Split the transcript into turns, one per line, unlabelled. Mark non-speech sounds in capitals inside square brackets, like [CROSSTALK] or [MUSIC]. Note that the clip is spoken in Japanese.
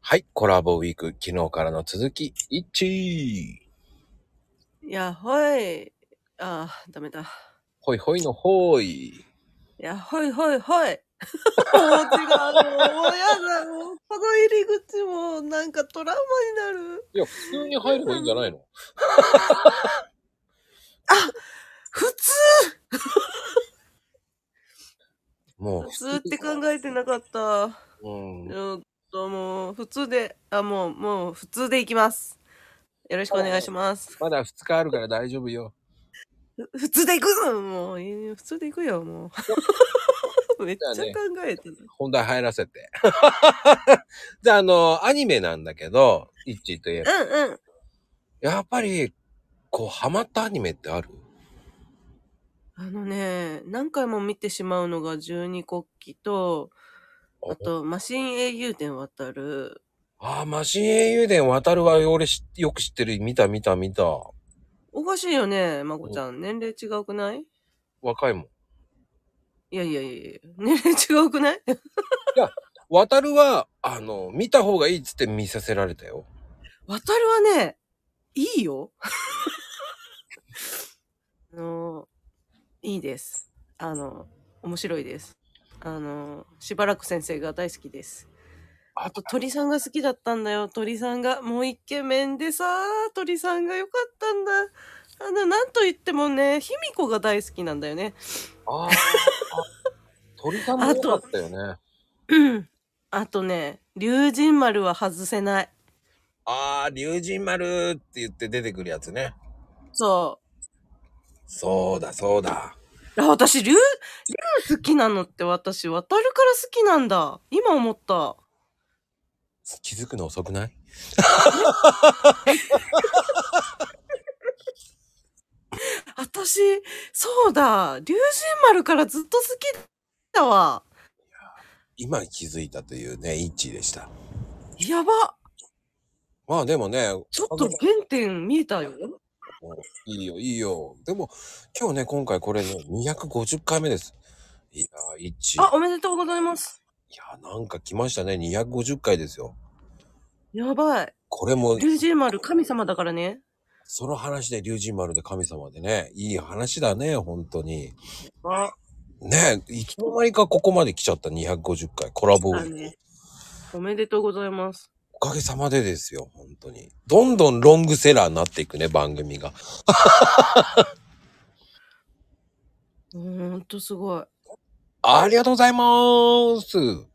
はい、コラボウィーク、昨日からの続き、1!
やっほい。ああ、ダメだ。
ほいほいのほーい。
やっほいほいほい。もう違う。もうやだ。もうこの入り口もなんかトラウマになる。
いや、普通に入ればいいんじゃないの
普通
もう。
普通って考えてなかった。
うん。
ち
よ
ょっともう普通で、あ、もう、もう普通でいきます。よろしくお願いします。
まだ2日あるから大丈夫よ。
ふ普通でいくぞもう、いい普通でいくよ、もう。めっちゃ考えてる。
本題入らせて。 [LAUGHS] じゃあ、あの、アニメなんだけど、1といえば。
うんうん。
やっぱり、こう、ハマったアニメってある
あのね、何回も見てしまうのが十二国旗と、あと、マシン英雄伝渡る。
ああ、マシン英雄伝渡るは俺しよく知ってる。見た見た見た。
おかしいよね、まこちゃん。年齢違うくない
若いもん。
いやいやいやいや年齢違うくない [LAUGHS]
渡るは、あの、見た方がいいっつって見させられたよ。
渡るはね、いいよ。 [LAUGHS] あの、いいです。あの、面白いです。あの、しばらく先生が大好きです。あと、鳥さんが好きだったんだよ。鳥さんが。もうイケメンでさ、鳥さんが良かったんだ。あの、なんと言ってもね、卑弥呼が大好きなんだよね。
あ [LAUGHS] あ。鳥さんも良かったよね。
うんあとね、龍神丸は外せない。
ああ、竜神丸って言って出てくるやつね。
そ
そうだ、そうだ。
う。あ私、龍、龍好きなのって私、渡るから好きなんだ。今思った。
気づくの遅くない
私、そうだ。龍神丸からずっと好きだわ。
今気づいたというね、一致でした。
やば。
まあでもね、
ちょっと原点見えたよ。
いいよ、いいよ。でも、今日ね、今回これね、250回目です。いやー、一致。
あ、おめでとうございます。
いやー、なんか来ましたね。250回ですよ。
やばい。
これも、
龍神丸神様だからね。
その話で竜神丸で神様でね、いい話だね、本当に。
あ、
ねえ、いつの間にかここまで来ちゃった250回、コラボウィーク。
ね。おめでとうございます。
おかげさまでですよ、本当に。どんどんロングセラーになっていくね、番組が。
ほんとすごい。
ありがとうございます。